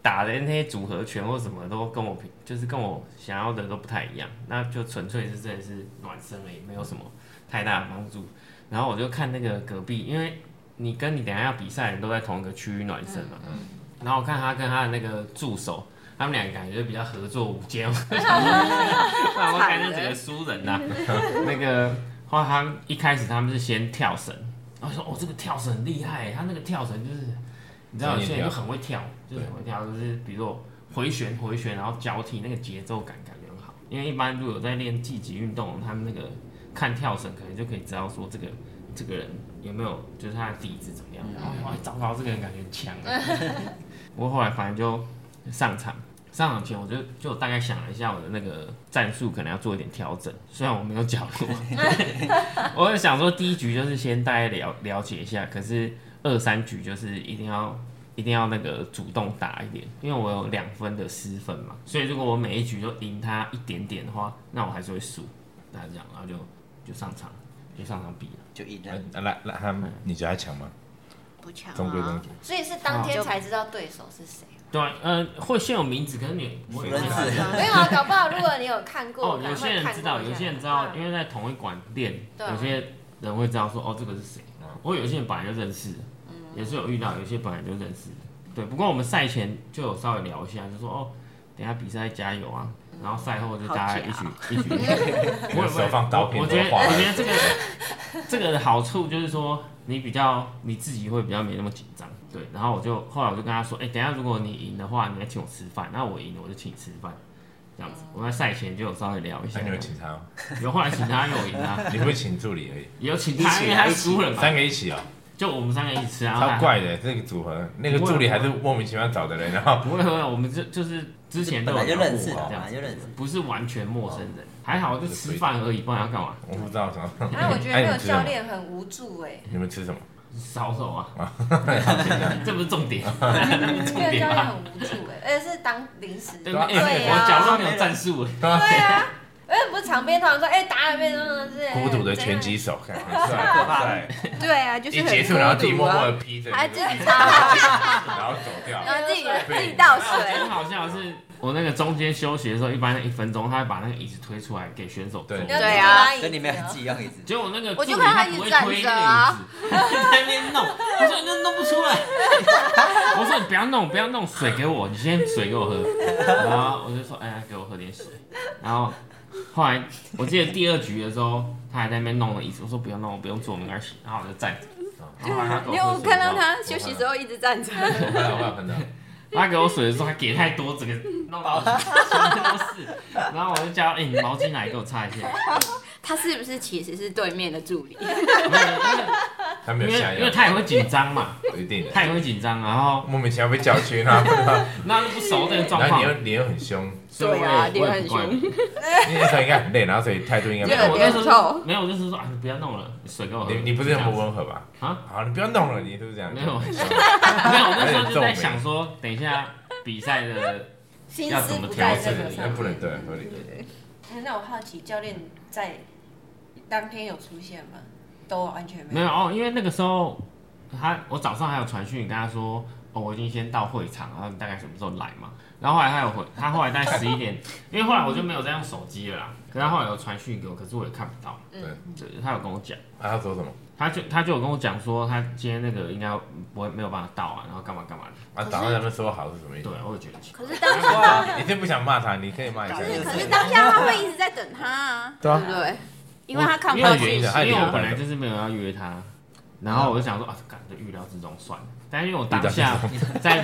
S7: 打的那些组合拳或什么都跟我平就是跟我想要的都不太一样，那就纯粹是真的是暖身而已，没有什么太大的帮助。然后我就看那个隔壁，因为你跟你等一下要比赛的人都在同一个区域暖身嘛，然后我看他跟他的那个助手。他们两个感觉就比较合作无间，那我感觉几个输人呐、那个后来他们一开始他们是先跳绳，然后说哦这个跳绳很厉害，他那个跳绳就是你知道有些人就很会跳，就是很会跳，就是比如说回旋回旋，然后交替那个节奏感感觉很好。因为一般如果有在练积极运动，他们那个看跳绳可能就可以知道说这个这个人有没有就是他的底子怎么样。然后哇糟糕，这个人感觉很强啊。不过后来反正就上场。上场前我就就大概想了一下我的那个战术，可能要做一点调整。虽然我没有讲过， [LAUGHS] 我就想说第一局就是先大概了了解一下，可是二三局就是一定要一定要那个主动打一点，因为我有两分的失分嘛，所以如果我每一局都赢他一点点的话，那我还是会输。大家这样，然后就就上场，就上场比了。
S4: 就一
S2: 那
S4: 人
S2: 那那那他们，你觉得他强吗？
S6: 不强
S2: 中规中
S6: 啊
S2: 矩。。
S5: 所以是当天才知道对手是谁。
S7: 对啊，呃，会先有名字，可是你
S4: 不认识，
S5: 没有啊，搞不好如果你有看过，
S7: 哦，
S5: 可能
S7: 有
S5: 会
S7: 些人
S5: 看
S7: 知
S5: 过
S7: 道，
S5: 一
S7: 有
S5: 下
S7: 些人知道，
S5: 嗯
S7: 因为在同一馆练，
S5: 对啊
S7: 有些人会知道说哦这个是谁。我有些人本来就认识，
S5: 嗯
S7: 也是有遇到，有些本来就认识。对，不过我们赛前就有稍微聊一下，就说哦，等一下比赛加油啊，
S5: 嗯
S7: 然后赛后就大家一起一起。
S2: 我有手放刀片，
S7: 我觉得
S2: 都画
S7: 我觉得这个这个的好处就是说，你比较你自己会比较没那么紧张，对。然后我就后来我就跟他说，哎、等一下如果你赢的话，你来请我吃饭，那我赢了我就请你吃饭，这样子。我在赛前就有稍微聊一下
S2: 那，啊你会请他吗？
S7: 有后来请他，因为我赢
S2: [LAUGHS]
S7: 啊，
S2: 你会请助理而
S6: [LAUGHS]
S2: 已，
S7: 也有请他，因为他输
S6: 啊
S7: 了嘛，
S2: 三个一起哦，
S7: 就我们三个一起吃啊。
S2: 超怪的这个组合，那个助理还是莫名其妙找的人，然后
S7: 不会不会，我们就就是之前都
S4: 本来就
S7: 有聊过
S4: 认识，
S7: 嘛
S4: 本
S7: 这样
S4: 来
S7: 子
S4: 就认识。
S7: 不是完全陌生
S2: 哦
S7: 人，还好就吃饭而已，不然要干嘛？
S6: 嗯
S2: 我不知道什么。 [LAUGHS]
S5: [LAUGHS] 啊，我觉得没
S2: 哎
S5: 有
S2: 你吃什
S5: 教
S2: 么？
S5: 练很无助
S7: [LAUGHS]
S5: 哎、
S2: 你们吃什么？
S7: 烧手
S2: [LAUGHS]
S7: 啊， [LAUGHS] 这不是重点。
S5: 这个教练很无助哎、而且是当临时。
S7: 啊对
S5: 对
S7: 吧？
S2: 啊
S7: 哎
S5: 对
S7: 我假装
S5: 啊，
S7: 没有战术了，
S5: 啊，而且不是场边突然说，哎、打了被什么之类
S2: 孤独的拳，击手，看很帅很帅。
S6: 对啊，就是
S2: 一
S6: 很
S2: 结束，
S6: 孤
S2: 然后自己
S6: 独
S2: 默
S6: 啊
S2: 默的披着，
S6: 还自己
S2: 然
S6: 擦，
S2: 后走掉。
S6: 然后自己
S2: 对
S6: 自己
S7: [LAUGHS]
S6: 倒水。
S7: 很好笑的是，我那个中间休息的时候，一般一分钟，他会把那个椅子推出来给选手
S2: 对
S7: 坐。
S5: 真的
S6: 对啊
S5: 你要
S4: 所
S5: 自己拉椅子哦
S4: 以你们有自己用椅子，
S7: 结果那个
S6: 我就
S7: 助理
S6: 看他
S7: 不
S6: 一直
S7: 会
S6: 站
S7: 推
S6: 着
S7: 那
S6: 啊
S7: 个椅子，在那边弄，我说你这弄不出来， [LAUGHS] 我说你不要弄，不要弄，水给我，你先水给我喝，然后我就说哎，给我喝点水，然后后来我记得第二局的时候，他还在那边弄了椅子，我说不用弄，我不用坐，没关系，然后我就站着，
S2: 哦
S7: 然后后来他给
S6: 因为
S7: 我
S6: 我
S7: 喝水
S6: 看
S7: 然
S6: 到
S7: 后
S6: 他休息时候一直站着，
S2: 我看到，我有看到。
S7: 他给我水的时候，他给太多，整个弄到我全部都是。然后我就叫，哎、你毛巾来给我擦一下。
S6: 他是不是其实是对面的助理？
S7: 没有因为
S2: 他没有
S7: 因
S2: 下
S7: 为
S2: 药，
S7: 因为他也会紧张嘛，
S2: 一定的，
S7: 他也会紧张，然后
S2: 莫名其妙被叫去，然后
S6: [LAUGHS]
S7: 那就不熟这个状
S2: 然后
S7: 况
S2: 你，又你又很凶，
S7: 所以我
S6: 对啊
S7: 也
S6: 脸
S7: 我也
S6: 很
S7: 不怪
S6: 凶
S7: 我。
S2: 因为那时候应该很累，然后所以态度应该
S7: 没有，
S2: 不
S7: 我
S2: 好。
S6: 脸
S7: 那时候
S6: 臭
S7: 没有，我就是说啊，你不要弄了，水给我喝。
S2: 你你不是
S7: 哦这样
S2: 很
S7: 子
S2: 温和吧？
S7: 啊？
S2: 好，你不要弄了，你是不是这样？
S7: 没有
S2: 很凶
S7: 没有，我那时候就在想说，等一下比赛的
S5: 心
S7: 要
S5: 思
S7: 怎么
S5: 不
S7: 调
S5: 在
S7: 整
S5: 这
S2: 是
S5: 个
S2: 那
S5: 上
S2: 不能
S5: 面。
S2: 对，合理。
S5: 哎那我好奇，教练在当天有出现吗？都完全
S7: 没
S5: 没
S7: 有
S5: 有。
S7: 哦，因为那个时候他我早上还有传讯跟他说，哦，我已经先到会场，然后你大概什么时候来嘛？然后后来他有回，他后来大概十一点，因为后来我就没有再用手机了啦。可是他后来有传讯给我，可是我也看不到。
S2: 对，
S7: 对，他有跟我讲，
S2: 啊，他说什么？
S7: 他就他就有跟我讲说，他今天那个应该不会没有办法到啊，然后干嘛干嘛的。
S2: 啊，早上咱们说好是什么意思
S7: 对？，我也觉得奇怪。
S6: 可是
S7: [LAUGHS]
S6: 当
S4: 对啊，
S2: 你是不想骂他，你可以骂一下。
S4: 是
S6: 可是当下他会一直在等他啊，
S2: 对啊
S6: 不对？因为他看不
S7: 因为
S6: 到
S7: 我
S6: 讯息
S2: 他
S7: 因为我
S6: 啊。
S7: 本来就是没有要约他，然后我就想说啊，感觉预料之中算了。但因为我当下 [LAUGHS] 在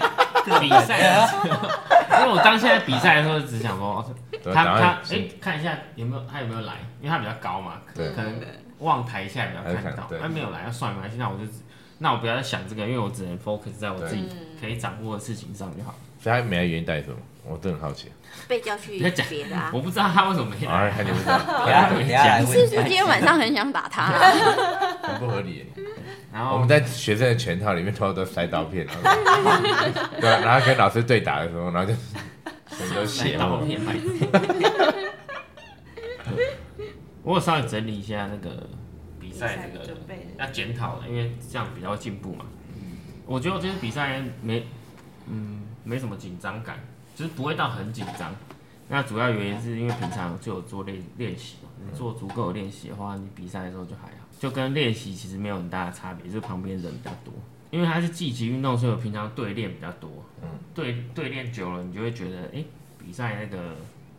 S7: 比赛的时候，因为我当下在比赛的时候只想说，哦
S2: 对
S7: 他
S2: 早上
S7: 他哎、
S2: 是
S7: 看一下有没有他有没有来，因为他比较高嘛，可
S2: 对
S7: 可能望台下比较看到
S2: 还是看，对
S7: 他没有来，那算了，没关系，那我就只那我不要再想这个，因为我只能 focus 在我自己可以掌握的事情上就好。
S2: 所以他没来原因带什么？我真的很好
S7: [LAUGHS]
S2: 奇。
S6: 被叫去
S7: 不要讲
S6: 别的啊。
S7: 我不知道他为什么没
S2: 哎，
S7: 来，
S2: 看你们讲，
S7: [LAUGHS]
S4: 等下等下来
S6: 是不
S4: 问
S6: 是今天晚上很想打他啊？
S2: 很不合理耶。
S7: 然
S2: 我
S7: 后
S2: 们在学生的拳套里面偷偷塞刀片，然后 [LAUGHS] 对啊，然后跟老师对打的时候，然后就全都
S7: 来
S2: 血
S7: 刀
S2: 了。
S7: 片卖。 [LAUGHS] 我有稍微整理一下那个比赛赛这个嗯
S5: 准备的
S7: 要检讨的，因为这样比较进步嘛。我觉得我这次比赛没，嗯，没什么紧张感，就是不会到很紧张。那主要原因是因为平常就有做练练习嘛，做足够的练习的话，你比赛的时候就还好，就跟练习其实没有很大的差别，就是旁边人比较多。因为它是季级运动，所以我平常对练比较多。嗯，对对练久了，你就会觉得，哎、比赛那个，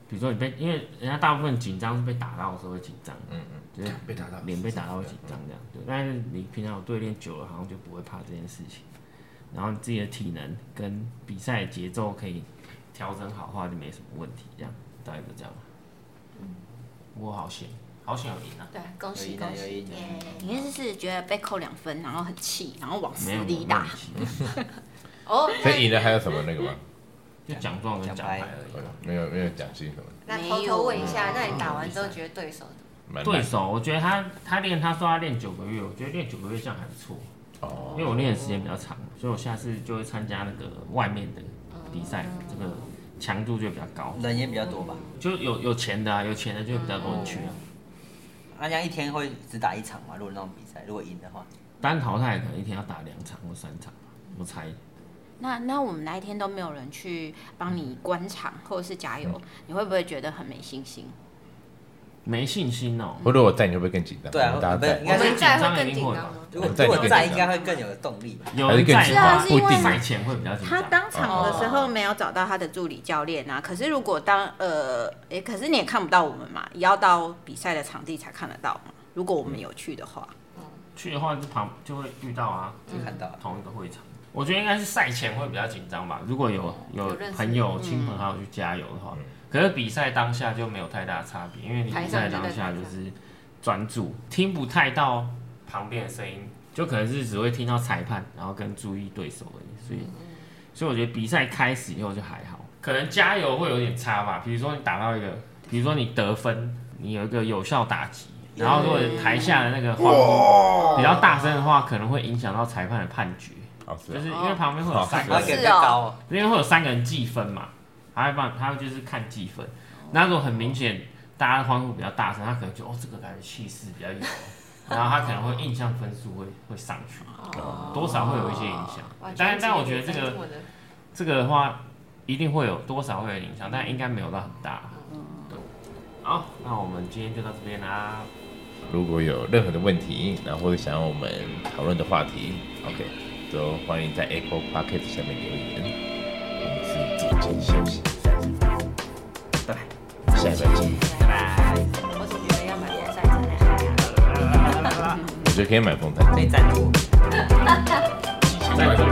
S7: 比如说你被，因为人家大部分紧张是被打到的时候会紧张，嗯嗯，就是
S2: 被打到
S7: 脸被打到会紧张这样。对，但是你平常有对练久了，好像就不会怕这件事情。然后你自己的体能跟比赛节奏可以调整好的话，就没什么问题。这样大概就这样。嗯，我好险，好险有赢啊！
S5: 对，恭喜
S4: 有
S5: 恭
S4: 一点有一
S5: 喜！
S4: 点
S5: 耶！
S6: 你是是觉得被扣两分，然后很气，然后往死
S7: 没有
S6: 里
S7: 我
S6: 打
S7: 乱，起
S5: [LAUGHS] 哦，
S2: 所以赢了还有什么那个吗？
S7: 就奖状跟
S4: 奖
S7: 奖
S4: 牌
S7: 牌而已。
S2: 没有没有奖金什么的，
S5: 那
S6: 没有
S5: 偷偷问一下，那你打完之后觉得对手怎么
S2: 蛮
S7: 对
S2: 烂
S7: 手，我觉得他他练，他说他练九个月，我觉得练九个月这样还不错，因为
S2: 哦，
S7: 我练的时间比较长，所以我下次就会参加那个外面的比赛，这个强度就比较高，
S4: 人也比较多吧？
S7: 就有有钱的啊，有钱的就比较多人去啊。
S4: 那这样一天会只打一场吗？如果那种比赛，如果赢的话，
S7: 单淘汰可能一天要打两场或三场，我猜。
S6: 那那我们那一天都没有人去帮你观场或者是加油，
S7: 嗯
S6: 你会不会觉得很没信心？
S7: 没信心哦、
S2: 或者我在你会不会更紧张？
S4: 对啊
S2: 我们大家
S4: 不是应
S2: 在，
S4: 该
S5: 我
S4: 是
S5: 们在会更
S7: 紧
S5: 紧
S7: 张
S5: 张吗？
S4: 如果
S2: 我在
S4: 如果
S2: 你
S4: 在
S2: 更
S4: 应该会更有动力吧？
S7: 有
S2: 还是
S7: 人
S2: 更
S7: 在
S2: 紧
S7: 的话
S2: 张，
S6: 是啊是因为
S2: 定
S7: 赛前会比较紧
S6: 他
S7: 张。
S6: 当
S7: 哦
S6: 场的时候没有找到他的助理教练啊，可是如果当呃，诶，可是你也看不到我们嘛，也要到比赛的场地才看得到嘛。如果我
S7: 嗯
S6: 们有去的话，
S7: 去的话就旁就会遇到啊，
S4: 就看到了，
S7: 同一个会场。我觉得应该是赛前会比较紧张吧，如果有有
S5: 有认识嗯
S7: 朋友、亲朋好友去加油的话，可是比赛当下就没有太大的差别，因为你比赛当下就是专注，听不太到旁边的声音，就可能是只会听到裁判，然后跟注意对手而已。所以，
S5: 嗯
S7: 所以我觉得比赛开始以后就还好，可能加油会有点差吧。比如说你打到一个，比如说你得分，你有一个有效打击，然后如果台下的那个欢呼比较大声的话，可能会影响到裁判的判决。
S2: 哦是
S7: 就
S2: 啊
S7: 是因为旁边会有三
S4: 然
S7: 个
S4: 后给
S7: 人，
S4: 比较高哦，
S7: 因为会有三个人计分嘛，他会帮，他会就是看计分。那如果很明显大家欢呼比较大声，他可能就哦这个感觉气势比较有，然后他可能会印象分数会会上去，
S2: 哦
S7: 多少会有一些影响。但但我觉得这个
S5: 个
S7: 这个的话一定会有多少会有影响，但应该没有到很大。对，好，那我们今天就到这边啦。
S2: 如果有任何的问题，然后或者想要我们讨论的话题，OK，都欢迎在 Apple Podcast 下面留言。我们是组间休息，
S4: 拜拜。
S2: 下一拜见。
S5: 我只觉得要买两三层
S2: 我觉得可以买风扇，
S4: 可以赞助我。
S2: 几千块都可以